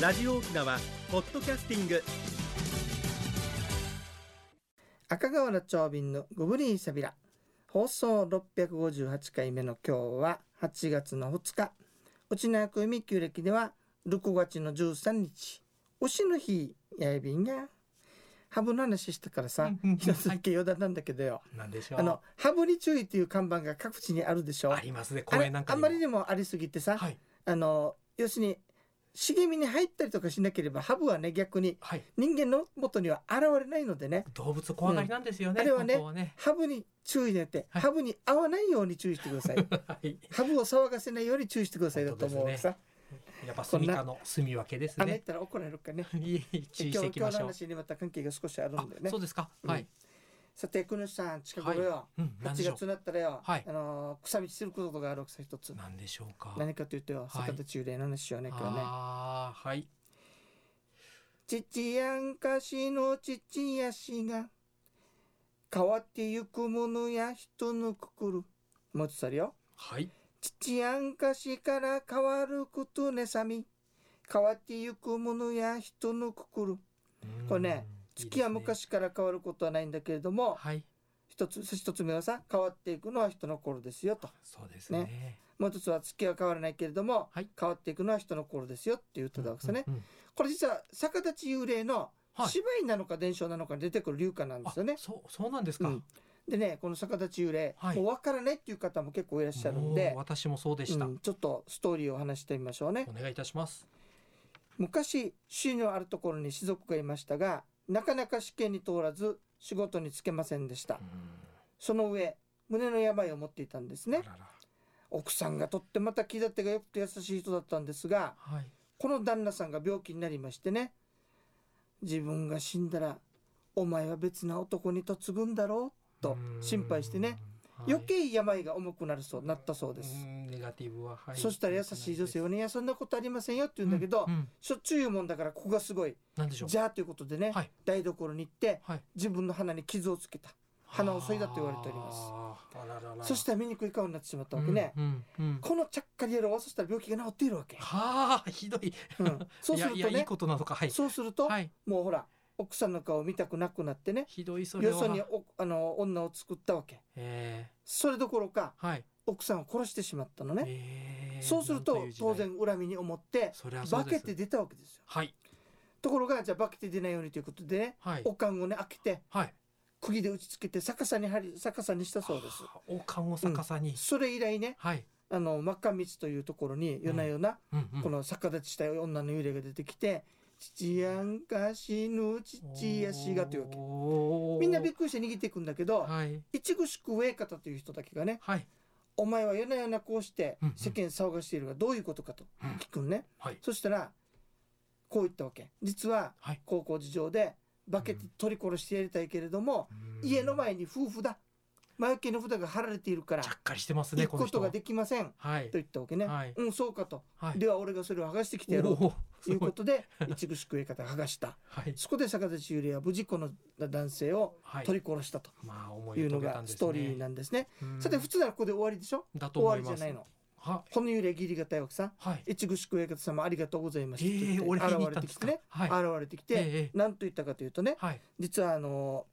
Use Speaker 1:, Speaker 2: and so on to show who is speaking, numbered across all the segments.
Speaker 1: ラジオ沖縄ポッドキャスティング
Speaker 2: 赤瓦長瓶のゴブリンサビラ放送658回目の今日は8月の2日内縄組旧暦では6月の13日推しの日やいびんがハブの話したからさ
Speaker 3: うんうんうん
Speaker 2: 一つだけ余談なんだけどよ
Speaker 3: なんでしょう。
Speaker 2: あのハブに注意っていう看板が各地にあるでしょ
Speaker 3: ありますね。
Speaker 2: あ
Speaker 3: 公
Speaker 2: れ
Speaker 3: 園なんか
Speaker 2: あんまりにもありすぎてさ、
Speaker 3: はい
Speaker 2: あの要するに茂みに入ったりとかしなければハブはね逆に
Speaker 3: はい。
Speaker 2: 人間の元には現れないのでね
Speaker 3: 動物怖がりなんですよね。
Speaker 2: うんあれはね
Speaker 3: 本当ね。
Speaker 2: ハブに注意でって、
Speaker 3: はい
Speaker 2: ハブに合わないように注意してください
Speaker 3: はい。
Speaker 2: ハブを騒がせないように注意してくださいだと思うわけさ、
Speaker 3: やっぱ住みかの住み分けです
Speaker 2: 雨言っ
Speaker 3: ね。
Speaker 2: たら怒られるからね
Speaker 3: いいいい注意し
Speaker 2: 今
Speaker 3: て
Speaker 2: 日
Speaker 3: いき
Speaker 2: 今日の
Speaker 3: ましょう。
Speaker 2: 話にまた関係が少しあるんだよ
Speaker 3: あ
Speaker 2: ね
Speaker 3: そうですか。
Speaker 2: うん
Speaker 3: はい。
Speaker 2: さて久野さん近頃よ、
Speaker 3: うん。なんで
Speaker 2: 8
Speaker 3: しょ
Speaker 2: 月になったらよ、
Speaker 3: はい
Speaker 2: あのー草道することがあるわけさ一つ
Speaker 3: う。なんでしょうか。
Speaker 2: 何かというとよ
Speaker 3: い
Speaker 2: 坂田中霊の話よね、今日ね
Speaker 3: ああはい。
Speaker 2: 父やんかしの父やしが変わってゆくものや人の心もう一つあるよ
Speaker 3: はい。
Speaker 2: 父やんかしから変わることねさみ変わってゆくものや人の心
Speaker 3: うん
Speaker 2: これね。月はい
Speaker 3: いですね。
Speaker 2: 昔から変わることはないんだけれども
Speaker 3: はい。
Speaker 2: 一つ一つ目はさ変わっていくのは人の心ですよと
Speaker 3: そうですね。
Speaker 2: もう一つは月は変わらないけれども、
Speaker 3: はい
Speaker 2: 変わっていくのは人の心ですよっていう歌だわけですね、
Speaker 3: うんうんうん。
Speaker 2: これ実は逆立ち幽霊の
Speaker 3: はい。
Speaker 2: 芝居なのか伝承なのかに出てくる流歌なんですよね
Speaker 3: あ、そうそうなんですか。
Speaker 2: う
Speaker 3: も
Speaker 2: んでねこの逆立ち幽霊、
Speaker 3: はい
Speaker 2: もう分からないっていう方も結構いらっしゃるん
Speaker 3: う
Speaker 2: で、
Speaker 3: 私もそうでした。
Speaker 2: う
Speaker 3: お
Speaker 2: んちょっとストーリーを話してみましょうね
Speaker 3: 願いいたします。
Speaker 2: 昔市のあるところに士族がいましたがなかなか試験に通らず仕事に就けませんでした
Speaker 3: うん
Speaker 2: その上胸の病を持っていたんですね
Speaker 3: あらら
Speaker 2: 奥さんがとってまた気立てが良くて優しい人だったんですが
Speaker 3: はい。
Speaker 2: この旦那さんが病気になりましてね自分が死んだらお前は別な男に嫁ぐんだろうと心配してね
Speaker 3: うん。はい
Speaker 2: 余計病が重くなるそうなったそうです、
Speaker 3: うんネガティブは、はい
Speaker 2: そしたら優しい女性
Speaker 3: を
Speaker 2: はね「いやそんなことありませんよ」って言
Speaker 3: 言
Speaker 2: うんだけど、
Speaker 3: うんうん
Speaker 2: しょっちゅう言うもんだからここがすごい
Speaker 3: なんでしょう
Speaker 2: じゃあということでね、
Speaker 3: はい
Speaker 2: 台所に行って
Speaker 3: はい
Speaker 2: 自分の鼻に傷をつけた鼻を削いだと言われております
Speaker 3: あーあららら
Speaker 2: そしたら醜い顔になってしまったわけね、
Speaker 3: うんうんうん
Speaker 2: このちゃっかり野郎はそしたら病気が治っているわけ、
Speaker 3: はあひどい
Speaker 2: うんそうするとね
Speaker 3: いやいやいいことなのかはい
Speaker 2: そうすると、
Speaker 3: はい
Speaker 2: もうほら奥さんの顔を見たくなくなってね
Speaker 3: ひどいそれ
Speaker 2: よ
Speaker 3: は
Speaker 2: そにおあの女を作ったわけ
Speaker 3: え
Speaker 2: それどころか
Speaker 3: ー、はい
Speaker 2: 奥さんを殺してしまったのね、
Speaker 3: えー
Speaker 2: そうする
Speaker 3: なん
Speaker 2: と
Speaker 3: いう時代
Speaker 2: 当然恨みに思って
Speaker 3: そりゃそ
Speaker 2: 化
Speaker 3: うで
Speaker 2: け
Speaker 3: す
Speaker 2: て出たわけですよ
Speaker 3: はい
Speaker 2: ところがじゃあ化けて出ないようにということでね、
Speaker 3: はい
Speaker 2: おかんをね開けて
Speaker 3: はい
Speaker 2: 釘で打ちつけて逆さに張り逆さにしたそうです
Speaker 3: あー王冠を逆さに、
Speaker 2: それ以来ね
Speaker 3: はい、
Speaker 2: あの真っ赤道というところに夜な夜な
Speaker 3: うんうん、
Speaker 2: この逆立ちした女の幽霊が出てきて「父やんか死ぬ父やしが」というわけ
Speaker 3: わ
Speaker 2: みんなびっくりして逃げていくんだけど
Speaker 3: はい
Speaker 2: 一具宿上方という人だけがね
Speaker 3: はい
Speaker 2: 「お前は夜な夜なこうして
Speaker 3: うんうん
Speaker 2: 世間騒がしているがどういうことか」と
Speaker 3: うん
Speaker 2: 聞くんね
Speaker 3: はい
Speaker 2: そしたらこう言ったわけ実は
Speaker 3: はい
Speaker 2: 高校事情でバケツ取り殺してやりたいけれども、
Speaker 3: うん
Speaker 2: 家の前に夫婦だ前受けの札が貼られているから
Speaker 3: ちゃっかりしてます
Speaker 2: 行
Speaker 3: ね
Speaker 2: く
Speaker 3: こ
Speaker 2: こ
Speaker 3: の人
Speaker 2: とができませんと
Speaker 3: はい
Speaker 2: 言ったわけね、
Speaker 3: はい
Speaker 2: うんそうかと、
Speaker 3: はい
Speaker 2: では俺がそれを剥がしてきてやろう
Speaker 3: おー
Speaker 2: というこ
Speaker 3: す
Speaker 2: と で一具宿上方剥がした
Speaker 3: ごいはい
Speaker 2: そこで坂田修理は無事この男性を
Speaker 3: はい
Speaker 2: 取り殺したと
Speaker 3: まあ思
Speaker 2: い
Speaker 3: いうを
Speaker 2: の
Speaker 3: 遂げた
Speaker 2: が
Speaker 3: んですね
Speaker 2: ストーリーなんですね、
Speaker 3: うん
Speaker 2: さて普通ならここで終わりでしょ
Speaker 3: だと
Speaker 2: 終わ
Speaker 3: 思
Speaker 2: り
Speaker 3: い
Speaker 2: じゃ
Speaker 3: ます
Speaker 2: ないの
Speaker 3: は
Speaker 2: この幽霊義理がたいわけさ
Speaker 3: はい
Speaker 2: 一具宿上方様ありがとうございま
Speaker 3: え
Speaker 2: したと言
Speaker 3: え
Speaker 2: って
Speaker 3: 俺会いに行っ
Speaker 2: 現れて
Speaker 3: たんで
Speaker 2: き
Speaker 3: す
Speaker 2: て
Speaker 3: か
Speaker 2: ね、
Speaker 3: はい
Speaker 2: 現れてきて、なん
Speaker 3: ええ
Speaker 2: と言ったかというとね
Speaker 3: はい
Speaker 2: 実はあの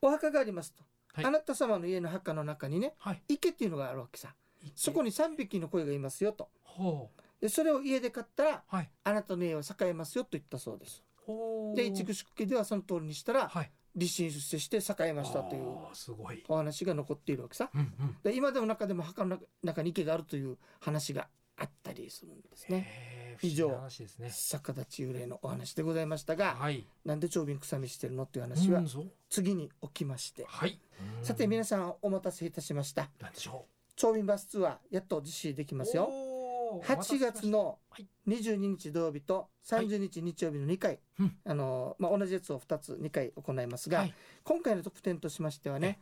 Speaker 2: お墓がありますと、
Speaker 3: はい
Speaker 2: あなた様の家の墓の中にね
Speaker 3: はい
Speaker 2: 池っていうのがあるわけさそこ
Speaker 3: に
Speaker 2: に3匹の鯉がいますよと
Speaker 3: ほ
Speaker 2: でそれを家で買ったら
Speaker 3: うはい
Speaker 2: あなたの家は栄えますよと言ったそうです
Speaker 3: ほう
Speaker 2: で一宿家ではその通りにしたら
Speaker 3: はい
Speaker 2: 立身出世して栄えましたという
Speaker 3: あーすごい
Speaker 2: お話が残っているわけさ
Speaker 3: うんうん
Speaker 2: で今でも中でも墓の中中に池があるという話があったりするんですね
Speaker 3: ね不思議な話ですね
Speaker 2: 逆立ち幽霊のお話でございましたが、
Speaker 3: はい
Speaker 2: なんで長瓶臭みしてるのっていう話は
Speaker 3: うんそう
Speaker 2: 次に起きまして、
Speaker 3: はい
Speaker 2: さて皆
Speaker 3: さ
Speaker 2: さんお待たせいたしました
Speaker 3: んなんでしょ
Speaker 2: 長瓶バスツアーやっと実施でき
Speaker 3: う
Speaker 2: ますよ
Speaker 3: おー
Speaker 2: 8月の
Speaker 3: はい
Speaker 2: 22日土曜日と30日日曜日の2回、
Speaker 3: うん
Speaker 2: あのまあ、同じやつを2つ2回行いますが、
Speaker 3: はい
Speaker 2: 今回の特典としましてはね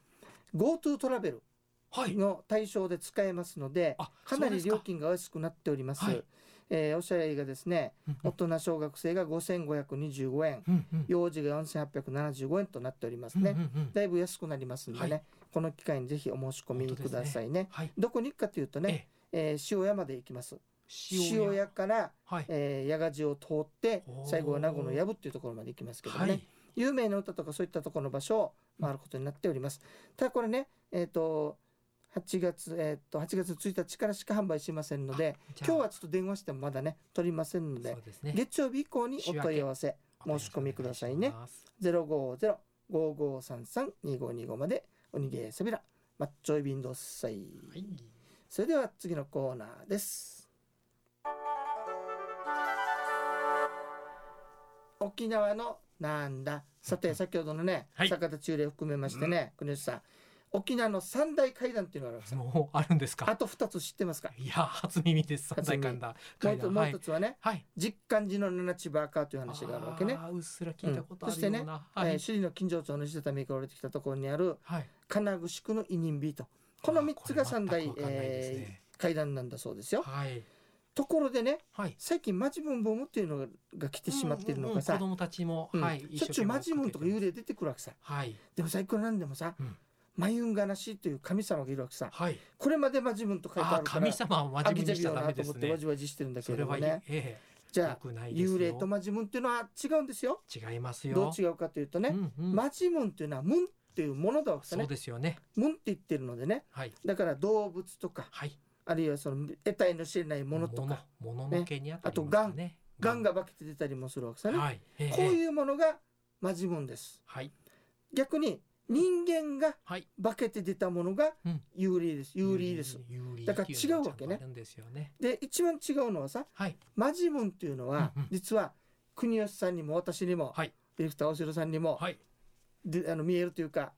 Speaker 2: GoTo トラベル
Speaker 3: はい
Speaker 2: の対象で使えますので
Speaker 3: あ
Speaker 2: かな
Speaker 3: そう
Speaker 2: り
Speaker 3: です
Speaker 2: 料金がお安くなっております、
Speaker 3: はい
Speaker 2: えーおしゃれがですね
Speaker 3: うんう
Speaker 2: 大
Speaker 3: ん
Speaker 2: 人小学生が5525円
Speaker 3: うんうん
Speaker 2: 幼児が4875円となっております
Speaker 3: うん
Speaker 2: ね、
Speaker 3: うんうん
Speaker 2: だいぶ安くなりますんでね、
Speaker 3: はい
Speaker 2: この機会にぜひお申し込みくださいね
Speaker 3: はい
Speaker 2: どこに行くかというとね
Speaker 3: ええ
Speaker 2: えー塩山で行きます塩屋から、
Speaker 3: はい。
Speaker 2: えー、八ヶ寺を通って
Speaker 3: おー
Speaker 2: 最後は名護の藪っていうところまで行きますけども
Speaker 3: は
Speaker 2: ね、
Speaker 3: い。
Speaker 2: 有名な歌とかそういったところの場所を回ることになっております。ただこれね、えっ、と8月えっ、と8月1日からしか販売しませんので、
Speaker 3: じゃあ
Speaker 2: 今日はちょっと電話してもまだね取りませんので
Speaker 3: そう、ですね。
Speaker 2: 月曜日以降にお問い合わせ申し込みくださいね
Speaker 3: お願します。
Speaker 2: 050-5533-2525までおにげさびらマッチョイビンドッサイ。
Speaker 3: はい。
Speaker 2: それでは次のコーナーです。沖縄のなんださて先ほどのね、
Speaker 3: はい
Speaker 2: 坂田中礼含めましてね、国吉さん沖縄の三大階段っていうのがあるんですよ
Speaker 3: もうあるんです
Speaker 2: あ
Speaker 3: か。
Speaker 2: と二つ知ってますか
Speaker 3: いや初耳です。三
Speaker 2: 初
Speaker 3: 大
Speaker 2: 耳
Speaker 3: 間だ。
Speaker 2: もう
Speaker 3: 階
Speaker 2: 一つ
Speaker 3: 段
Speaker 2: もう
Speaker 3: はい
Speaker 2: 一。つはね
Speaker 3: はい。
Speaker 2: 実感寺の七千葉かという話があるわけね、
Speaker 3: ーうっすら聞いたことあ
Speaker 2: うんそし
Speaker 3: る
Speaker 2: て
Speaker 3: よう
Speaker 2: ね
Speaker 3: な。
Speaker 2: え
Speaker 3: は
Speaker 2: ー首
Speaker 3: い。
Speaker 2: 里の金城町の石畳から降りてきたところにある
Speaker 3: はい。
Speaker 2: 金具宿の委任ビートこの
Speaker 3: あー
Speaker 2: 三つが三大、
Speaker 3: これ全くわかんないです
Speaker 2: え
Speaker 3: ね
Speaker 2: ー階段なんだそうですよ
Speaker 3: はい。
Speaker 2: ところでね
Speaker 3: はい。
Speaker 2: 最近マジムンボムっていうのが来てしまっているのがさ、
Speaker 3: うんうんうん子供たちも、
Speaker 2: うん
Speaker 3: はい。
Speaker 2: しょっちゅうマジムンとか幽
Speaker 3: う。
Speaker 2: 霊出てくるわけさ
Speaker 3: はい。
Speaker 2: でも最近なんでもさ、
Speaker 3: うん
Speaker 2: マユンガナシという神様がいるわけさ
Speaker 3: はい。
Speaker 2: これまでマジムンと書いてあ
Speaker 3: あー
Speaker 2: るから
Speaker 3: 神様を真
Speaker 2: 飽き
Speaker 3: 面目
Speaker 2: て
Speaker 3: に
Speaker 2: る
Speaker 3: しちゃ
Speaker 2: よ
Speaker 3: ダメ
Speaker 2: なと
Speaker 3: で
Speaker 2: 思っ
Speaker 3: す
Speaker 2: てわ
Speaker 3: ね
Speaker 2: じ。わじしてるんだけ
Speaker 3: そ
Speaker 2: れ
Speaker 3: れ
Speaker 2: ども
Speaker 3: はいい。
Speaker 2: ね
Speaker 3: ええ。
Speaker 2: じ
Speaker 3: 良
Speaker 2: ゃあ
Speaker 3: くないですよ
Speaker 2: 幽霊とマジムンっていうのは違うんですよ
Speaker 3: 違いますよ。
Speaker 2: どう違うかというとね、
Speaker 3: うんうん
Speaker 2: マジムンっていうのはムンっていうものだわけさ
Speaker 3: そう
Speaker 2: ね
Speaker 3: ですよね。
Speaker 2: ムンって言ってるのでね
Speaker 3: はい。
Speaker 2: だから動物とか
Speaker 3: はい。
Speaker 2: あるいはその得体の知れないものとか
Speaker 3: もの。もののけにあたりますかね。
Speaker 2: ガンが化けて出たりもするわけさね、
Speaker 3: はい。ええ
Speaker 2: こういうものがマジモンです。
Speaker 3: はい。
Speaker 2: 逆に人間が
Speaker 3: はい。
Speaker 2: 化けて出たものが
Speaker 3: うん
Speaker 2: 幽霊です。幽霊です。
Speaker 3: 有利。
Speaker 2: だから違うわけね
Speaker 3: 有利っていうのがちゃんとあるんですよね。
Speaker 2: で一番違うのはさ
Speaker 3: はい。
Speaker 2: マジモンっていうのは、
Speaker 3: うんうん
Speaker 2: 実は国吉さんにも私にも、
Speaker 3: はい
Speaker 2: ディレクター大城さんにも、
Speaker 3: はい。
Speaker 2: であの見えるというか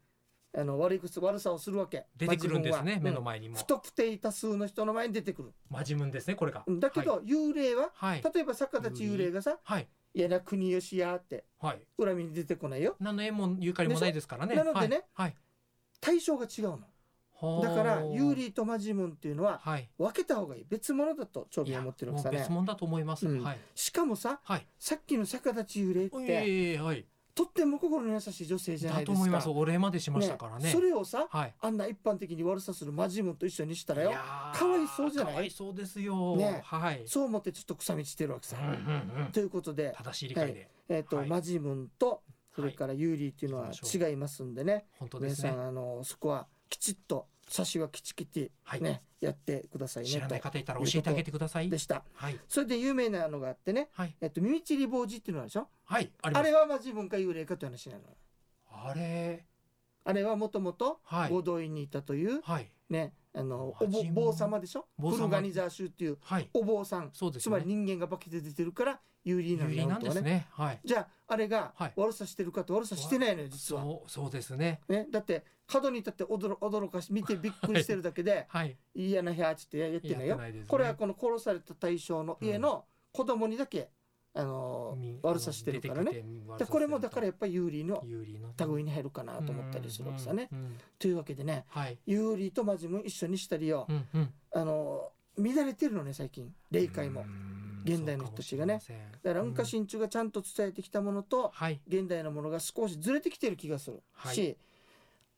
Speaker 2: あの悪いこと悪さをするわけ。
Speaker 3: 出てくるんですね。
Speaker 2: マジモ
Speaker 3: 目
Speaker 2: ンは
Speaker 3: の前に
Speaker 2: うん
Speaker 3: も
Speaker 2: 不。特定多数の人の前に出てくる。
Speaker 3: マジムンですね。これが。
Speaker 2: だけど、幽霊は
Speaker 3: はい。はい。
Speaker 2: 例えば坂田千幽霊がさ
Speaker 3: はい。
Speaker 2: 「いやな国吉や」って
Speaker 3: はい。
Speaker 2: 恨みに出てこないよ。
Speaker 3: 何の縁もゆかりもないですからね。
Speaker 2: でしょなのでね
Speaker 3: はい。
Speaker 2: 対象が違うの。
Speaker 3: はい。
Speaker 2: だから
Speaker 3: ほう
Speaker 2: 幽。霊とマジモンっていうのは
Speaker 3: はい。
Speaker 2: 分けた方がいい別物だと長
Speaker 3: い
Speaker 2: 兵衛
Speaker 3: や
Speaker 2: は
Speaker 3: も
Speaker 2: 思
Speaker 3: う
Speaker 2: ってるわけさね
Speaker 3: 別物だと思います。
Speaker 2: うん
Speaker 3: はい。
Speaker 2: しかもさ
Speaker 3: はい。
Speaker 2: さっきの逆立ち幽霊って
Speaker 3: ええはい。
Speaker 2: とっても心の優しい女性じゃな
Speaker 3: だ
Speaker 2: い
Speaker 3: と
Speaker 2: です
Speaker 3: 思い
Speaker 2: か
Speaker 3: ます。お礼までしましたからね。
Speaker 2: それをさ
Speaker 3: はい。
Speaker 2: あんな一般的に悪さするマジムンと一緒にしたら
Speaker 3: い
Speaker 2: よ
Speaker 3: やー
Speaker 2: かわいそうじゃない
Speaker 3: かわいそうですよ。
Speaker 2: ね
Speaker 3: はい。
Speaker 2: そう思ってちょっと草道してるわけさ
Speaker 3: うんうんうん
Speaker 2: ということで
Speaker 3: 正しい理解で。
Speaker 2: えっと
Speaker 3: はい
Speaker 2: マジムンとそれから幽霊っていうのは
Speaker 3: 行きましょ
Speaker 2: 違いますんでね
Speaker 3: 本当で
Speaker 2: 皆
Speaker 3: す
Speaker 2: さ
Speaker 3: ね
Speaker 2: ん。あのそこはきちっと差しはきちきち
Speaker 3: はい
Speaker 2: ねやってください
Speaker 3: 知
Speaker 2: ね
Speaker 3: らない
Speaker 2: と
Speaker 3: 方いたら教えてあげてください
Speaker 2: で。した
Speaker 3: はい。
Speaker 2: それで有名なのがあってね
Speaker 3: はい。
Speaker 2: えっと耳ちり坊主っていうのあるでしょ
Speaker 3: はい。あり
Speaker 2: あ
Speaker 3: ま
Speaker 2: れ
Speaker 3: す。
Speaker 2: はまあ自分か幽霊かという話なの。
Speaker 3: あれ。
Speaker 2: あれはもともと
Speaker 3: はい
Speaker 2: 五。道院にいたという
Speaker 3: はい。
Speaker 2: ね、あのお
Speaker 3: マジ
Speaker 2: 坊
Speaker 3: もん
Speaker 2: 坊様でしょ。
Speaker 3: 坊
Speaker 2: ブ
Speaker 3: 様
Speaker 2: ルガニザー州っていう
Speaker 3: はい。
Speaker 2: お坊さん、
Speaker 3: そうです
Speaker 2: つ
Speaker 3: よ
Speaker 2: まり
Speaker 3: ね。
Speaker 2: 人間が化けて出てるから有利な
Speaker 3: 有
Speaker 2: ん
Speaker 3: 利
Speaker 2: だ
Speaker 3: な
Speaker 2: よと
Speaker 3: んで
Speaker 2: は
Speaker 3: す
Speaker 2: ね。
Speaker 3: ね。はい。
Speaker 2: じゃああれが
Speaker 3: はい
Speaker 2: 悪さしてるかと悪さしてないのよ実は。
Speaker 3: そう、そうですね。
Speaker 2: ね、だって角に立って驚驚かし見てびっくりしてるだけ で
Speaker 3: はい。
Speaker 2: 「いいやな部屋」っつってやって
Speaker 3: やっ
Speaker 2: な
Speaker 3: て
Speaker 2: いよ。
Speaker 3: ないですね。
Speaker 2: これはこの殺された対象の家の子供にだけ、あの
Speaker 3: み
Speaker 2: 悪さしてるから。
Speaker 3: 出
Speaker 2: ね。
Speaker 3: てきて悪さ
Speaker 2: でこれもだから
Speaker 3: す
Speaker 2: やっぱり有利の
Speaker 3: ると有利の。
Speaker 2: 類に入るかなと思ったりするわけさね。
Speaker 3: うん。うんうん
Speaker 2: というわけでね
Speaker 3: はい。
Speaker 2: 有利とマジム一緒にしたりよ
Speaker 3: う、んうん。
Speaker 2: あの乱れてるのね最近霊界も
Speaker 3: う。ん
Speaker 2: 現代の人たちがね。
Speaker 3: そうかもしれません
Speaker 2: だから文化心中がちゃんと伝えてきたものと
Speaker 3: はい。
Speaker 2: 現代のものが少しずれてきてる気がする
Speaker 3: はい
Speaker 2: し、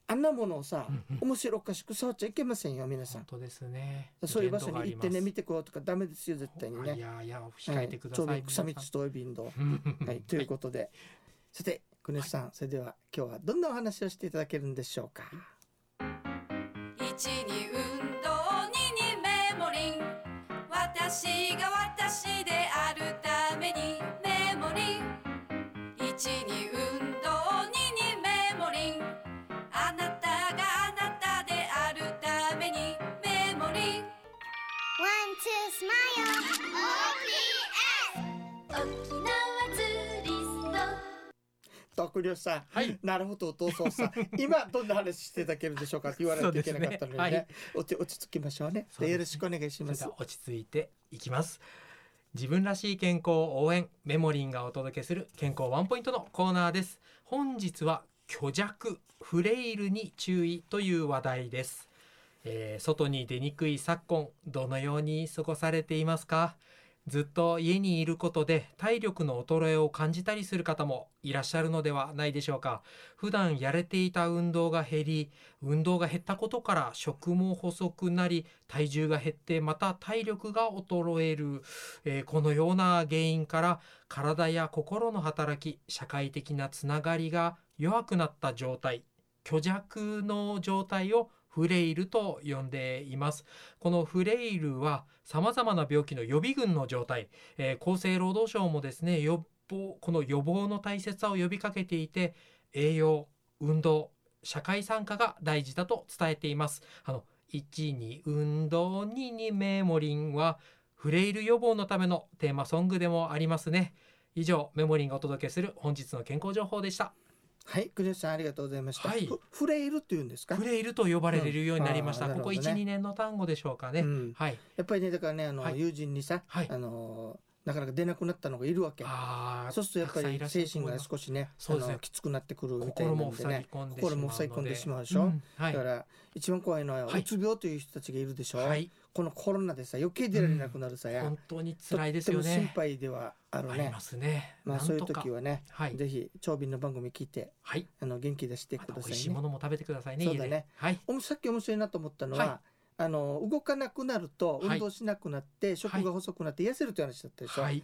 Speaker 2: あんなものをさ
Speaker 3: うんうん
Speaker 2: 面白おかしく触っちゃいけませんよ皆さ
Speaker 3: 本
Speaker 2: ん。
Speaker 3: 当ですね。
Speaker 2: そういう場所に行ってね見
Speaker 3: て
Speaker 2: てこようとかダメですよ絶対に
Speaker 3: い
Speaker 2: ね。
Speaker 3: やいや、控
Speaker 2: は
Speaker 3: え
Speaker 2: い
Speaker 3: てくださ
Speaker 2: 長
Speaker 3: い。
Speaker 2: 瓶草道
Speaker 3: 皆さ
Speaker 2: とい瓶堂。
Speaker 3: ん
Speaker 2: はい、ということで、さて国吉さん、それでは今日はどんなお話をしていただけるんでしょうか。
Speaker 4: 一に運動二にメモリン私が私であるためにメモリン一に運動二にメモリンあなたがあなたであるためにメモリン
Speaker 5: One, two, smile. OPS. 沖縄ツーリスト。
Speaker 2: と国吉さん、
Speaker 3: はい
Speaker 2: なるほどお父さん さん今どんな話していただけるんでしょうかって言わないといけなかったのでね
Speaker 3: そうですねはい
Speaker 2: 落ち落ち着きましょうね
Speaker 3: そうですね
Speaker 2: よろしくお願いし
Speaker 3: そ
Speaker 2: ま
Speaker 3: れ
Speaker 2: す
Speaker 3: では落ち着いていきます自分らしい健康を応援メモリンがお届けする健康ワンポイントのコーナーです本日は虚弱フレイルに注意という話題です、えー外に出にくい昨今どのように過ごされていますかずっと家にいることで体力の衰えを感じたりする方もいらっしゃるのではないでしょうか普段やれていた運動が減り運動が減ったことから食も細くなり体重が減ってまた体力が衰える、えーこのような原因から体や心の働き社会的なつながりが弱くなった状態虚弱の状態をフレイルと呼んでいますこのフレイルは様々な病気の予備軍の状態、えー厚生労働省もですね予防この予防の大切さを呼びかけていて栄養運動社会参加が大事だと伝えていますあの1に運動2にメモリンはフレイル予防のためのテーマソングでもありますね以上メモリンがお届けする本日の健康情報でした
Speaker 2: はい、クリスさんありがとうございました。
Speaker 3: はい
Speaker 2: フフレイルっていうんですか。
Speaker 3: フレイルと呼ばれるようになりました、
Speaker 2: うんあー
Speaker 3: ここ
Speaker 2: なるほどね
Speaker 3: 12年の単語でしょうかね、
Speaker 2: うん
Speaker 3: はい
Speaker 2: やっぱりねだからねあの、
Speaker 3: はい
Speaker 2: 友人にさ、
Speaker 3: はい
Speaker 2: あのなかなか出なくなったのがいるわけ。
Speaker 3: あー
Speaker 2: そうするとやっぱり
Speaker 3: たくさ
Speaker 2: 精
Speaker 3: んいらっしゃる
Speaker 2: 神
Speaker 3: と思いま
Speaker 2: が
Speaker 3: す
Speaker 2: 少しね
Speaker 3: そうですね
Speaker 2: あのきつくなってくるみたいな
Speaker 3: 心も
Speaker 2: んで
Speaker 3: 塞ぎ
Speaker 2: ね。
Speaker 3: 込んで
Speaker 2: 心も塞ぎ込んでしまうでしょ
Speaker 3: んは
Speaker 2: だ
Speaker 3: い
Speaker 2: から一番怖いのは
Speaker 3: はいう
Speaker 2: つ病という人たちがいるでしょ。
Speaker 3: はい
Speaker 2: このコロナでさ余計出られなくなるさや。
Speaker 3: 本当に辛いですよ
Speaker 2: とっても
Speaker 3: ね
Speaker 2: 心配ではある
Speaker 3: あり
Speaker 2: ね
Speaker 3: ま。すね
Speaker 2: まあ
Speaker 3: なん
Speaker 2: そういう
Speaker 3: とか
Speaker 2: 時はね、
Speaker 3: はい
Speaker 2: ぜひ長瓶の番組聞いて
Speaker 3: はい
Speaker 2: あの元気出して
Speaker 3: ま
Speaker 2: く
Speaker 3: た
Speaker 2: だ
Speaker 3: 美
Speaker 2: さ
Speaker 3: 味し
Speaker 2: い
Speaker 3: いも
Speaker 2: ね。
Speaker 3: のも食べてくださいね
Speaker 2: そうだね
Speaker 3: 家ではい
Speaker 2: おもさっき面白いなと思ったのは、
Speaker 3: は
Speaker 2: あの動かなくなると
Speaker 3: はい
Speaker 2: 運動しなくなって、食が細くなって痩せるという話だったでしょ。
Speaker 3: はい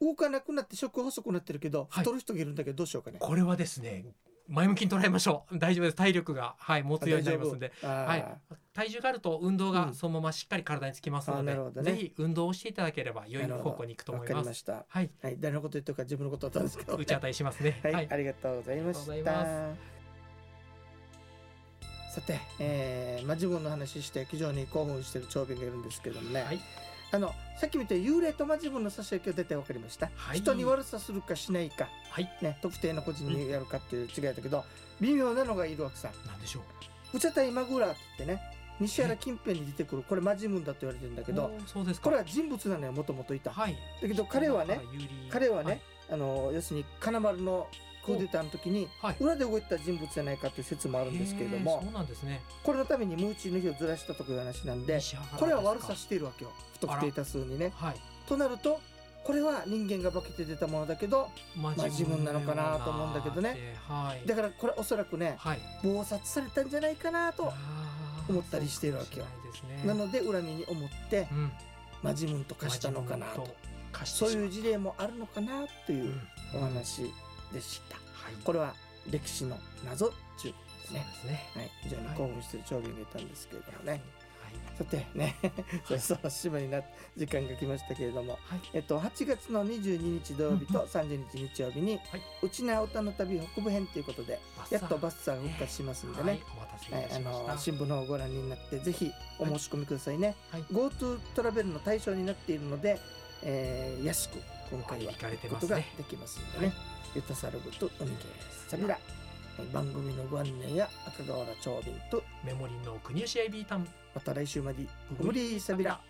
Speaker 2: 動かなくなって食細くなってるけど
Speaker 3: はい
Speaker 2: 太る人がいるんだけどどうしようかね。
Speaker 3: これはですね前向きに捉えましょう 大丈夫です体力がはい持つようになりますんで
Speaker 2: あ
Speaker 3: は
Speaker 2: 大
Speaker 3: い
Speaker 2: 丈夫。あ
Speaker 3: 体重があると運動がそのまましっかり体につきますの
Speaker 2: あ
Speaker 3: で、
Speaker 2: なるほどね
Speaker 3: ぜひ運動をしていただければ
Speaker 2: ー
Speaker 3: 良い方向に行くと思い
Speaker 2: わ
Speaker 3: ま
Speaker 2: かり
Speaker 3: す
Speaker 2: ました。
Speaker 3: はい
Speaker 2: はい、誰のこと言ってるか自分のことだったんですけど、
Speaker 3: 打ち当たりしますね
Speaker 2: はい、ありがとうございまし
Speaker 3: ありがと
Speaker 2: た
Speaker 3: うござい。
Speaker 2: さて、えー、マジゴンの話して非常に興奮してる長兵がいるんですけどもね、
Speaker 3: はい
Speaker 2: あのさっき見た幽霊とマジゴンの差し上げが出て分かりました、
Speaker 3: はい
Speaker 2: 人に悪さするかしないか、
Speaker 3: はい
Speaker 2: ね、特定の個人にやるかっていう違いだけど、微妙なのがいるわけさ
Speaker 3: なんでしょう
Speaker 2: 「うちゃたいマグラ」って言ってね西原近辺に出てくるこれマジムンだと言われてるんだけど
Speaker 3: おーそうですか
Speaker 2: これは人物なのよもともといた、
Speaker 3: はい
Speaker 2: だけど彼はね
Speaker 3: 有利
Speaker 2: 彼はね、あの要するに金丸のクーデターの時に
Speaker 3: はい、はい
Speaker 2: 裏で動いてた人物じゃないかという説もあるんですけれど
Speaker 3: へー
Speaker 2: も
Speaker 3: そうなんですね
Speaker 2: これのためにムーチーの日をずらしたとかいう話なんで
Speaker 3: 西原ですか
Speaker 2: これは悪さしているわけよ不特定多数にね。
Speaker 3: はい
Speaker 2: となるとこれは人間が化けて出たものだけど
Speaker 3: ま
Speaker 2: まあ自分なのかなと思うんだけどね
Speaker 3: はい
Speaker 2: だからこれおそらくね
Speaker 3: はい
Speaker 2: 謀殺されたんじゃないかなと
Speaker 3: あー
Speaker 2: 思ったりしてるわけよ
Speaker 3: そうかもしれないですね
Speaker 2: なので恨みに思って
Speaker 3: うん
Speaker 2: マジムンと化したのかな
Speaker 3: まあ自
Speaker 2: と
Speaker 3: 分貸して
Speaker 2: そう
Speaker 3: しま
Speaker 2: いう事例もあるのかなといううんお話でした。
Speaker 3: はい
Speaker 2: これは歴史の謎ということです
Speaker 3: そうで
Speaker 2: ね。
Speaker 3: すね
Speaker 2: はい、非常に興奮してる長兵がいたんですけれどもね。
Speaker 3: はい
Speaker 2: さてね、 そろそろ締めになっ時間が来ましたけれども、
Speaker 3: はい
Speaker 2: えっと8月の22日土曜日と
Speaker 3: うん
Speaker 2: 30日日曜日に、
Speaker 3: はいう
Speaker 2: ちなおたの旅北部編ということで、やっとバスツアーが復活しますんで
Speaker 3: は
Speaker 2: ね
Speaker 3: い。お待たせい
Speaker 2: はい
Speaker 3: た、
Speaker 2: あ
Speaker 3: しました
Speaker 2: の新聞の方をご覧になってぜひお申し込みくださいね、
Speaker 3: はい
Speaker 2: GoTo トラベルの対象になっているので、えー安く今回は
Speaker 3: はい行かれて
Speaker 2: こ
Speaker 3: ま
Speaker 2: と
Speaker 3: す
Speaker 2: が
Speaker 3: ね
Speaker 2: できますんでね、ゆたさることおにぎりさびらはい番組のご案内や赤瓦長瓶と
Speaker 3: メモリーの国吉 AB タウン
Speaker 2: また来週までグリーサビラ